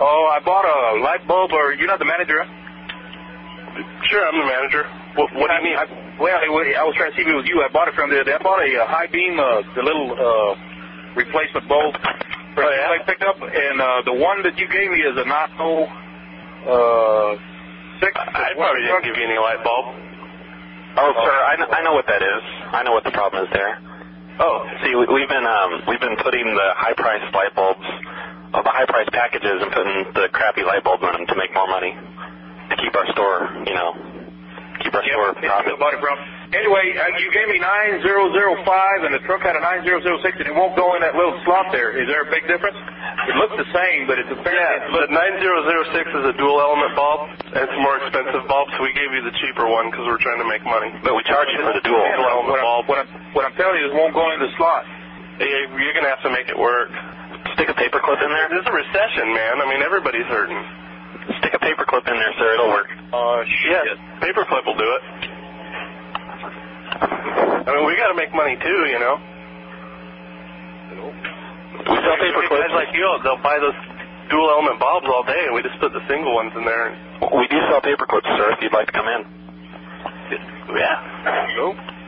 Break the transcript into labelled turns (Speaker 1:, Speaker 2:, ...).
Speaker 1: Oh, I bought a light bulb, or you're not the manager? huh?
Speaker 2: Sure, I'm the manager. What, what do you mean?
Speaker 1: I, well, it, wa- I was trying to see if it was you. I bought it from the other day. I bought a, uh high beam, uh, the little uh, replacement bulb for
Speaker 2: Oh, yeah?
Speaker 1: I picked up, and uh, the one that you gave me is a Nato uh, six.
Speaker 2: I probably didn't give you any light bulb.
Speaker 3: Oh, sir, I, kn- I know what that is. I know what the problem is there.
Speaker 2: Oh,
Speaker 3: See, we, we've been um, we've been putting the high-priced light bulbs, uh, the high-priced packages, and putting the crappy light bulbs on them to make more money, to keep our store, you know, keep our store
Speaker 1: Yep,
Speaker 3: profit.
Speaker 1: I bought it from. Anyway, uh, you gave me 9005, and the truck had a 9006, and it won't go in that little slot there. Is there a big difference? It looks the same, but it's apparently
Speaker 2: Yeah,
Speaker 1: it's a
Speaker 2: the
Speaker 1: little-
Speaker 2: 9006 is a dual element bulb, and it's a more expensive bulb, so we gave you the cheaper one because we're trying to make money.
Speaker 3: But we charge you for the dual.
Speaker 1: Yeah,
Speaker 2: element
Speaker 1: what, I'm,
Speaker 2: bulb.
Speaker 1: what, I'm, what I'm telling you is it won't go in the slot.
Speaker 2: Yeah, You're going to have to make it work.
Speaker 3: Stick a paperclip in there.
Speaker 2: There's a recession, man. I mean, everybody's hurting.
Speaker 3: Stick a paperclip in there, sir. It'll work.
Speaker 1: Uh,
Speaker 2: Yeah, paperclip will do it. I mean, we got to make money too, you know.
Speaker 3: We sell paperclips.
Speaker 2: Guys like you, they'll buy those dual element bulbs all day, and we just put the single ones in there.
Speaker 3: we do sell paperclips, sir. If you'd like to come in.
Speaker 2: Yeah.
Speaker 1: Nope.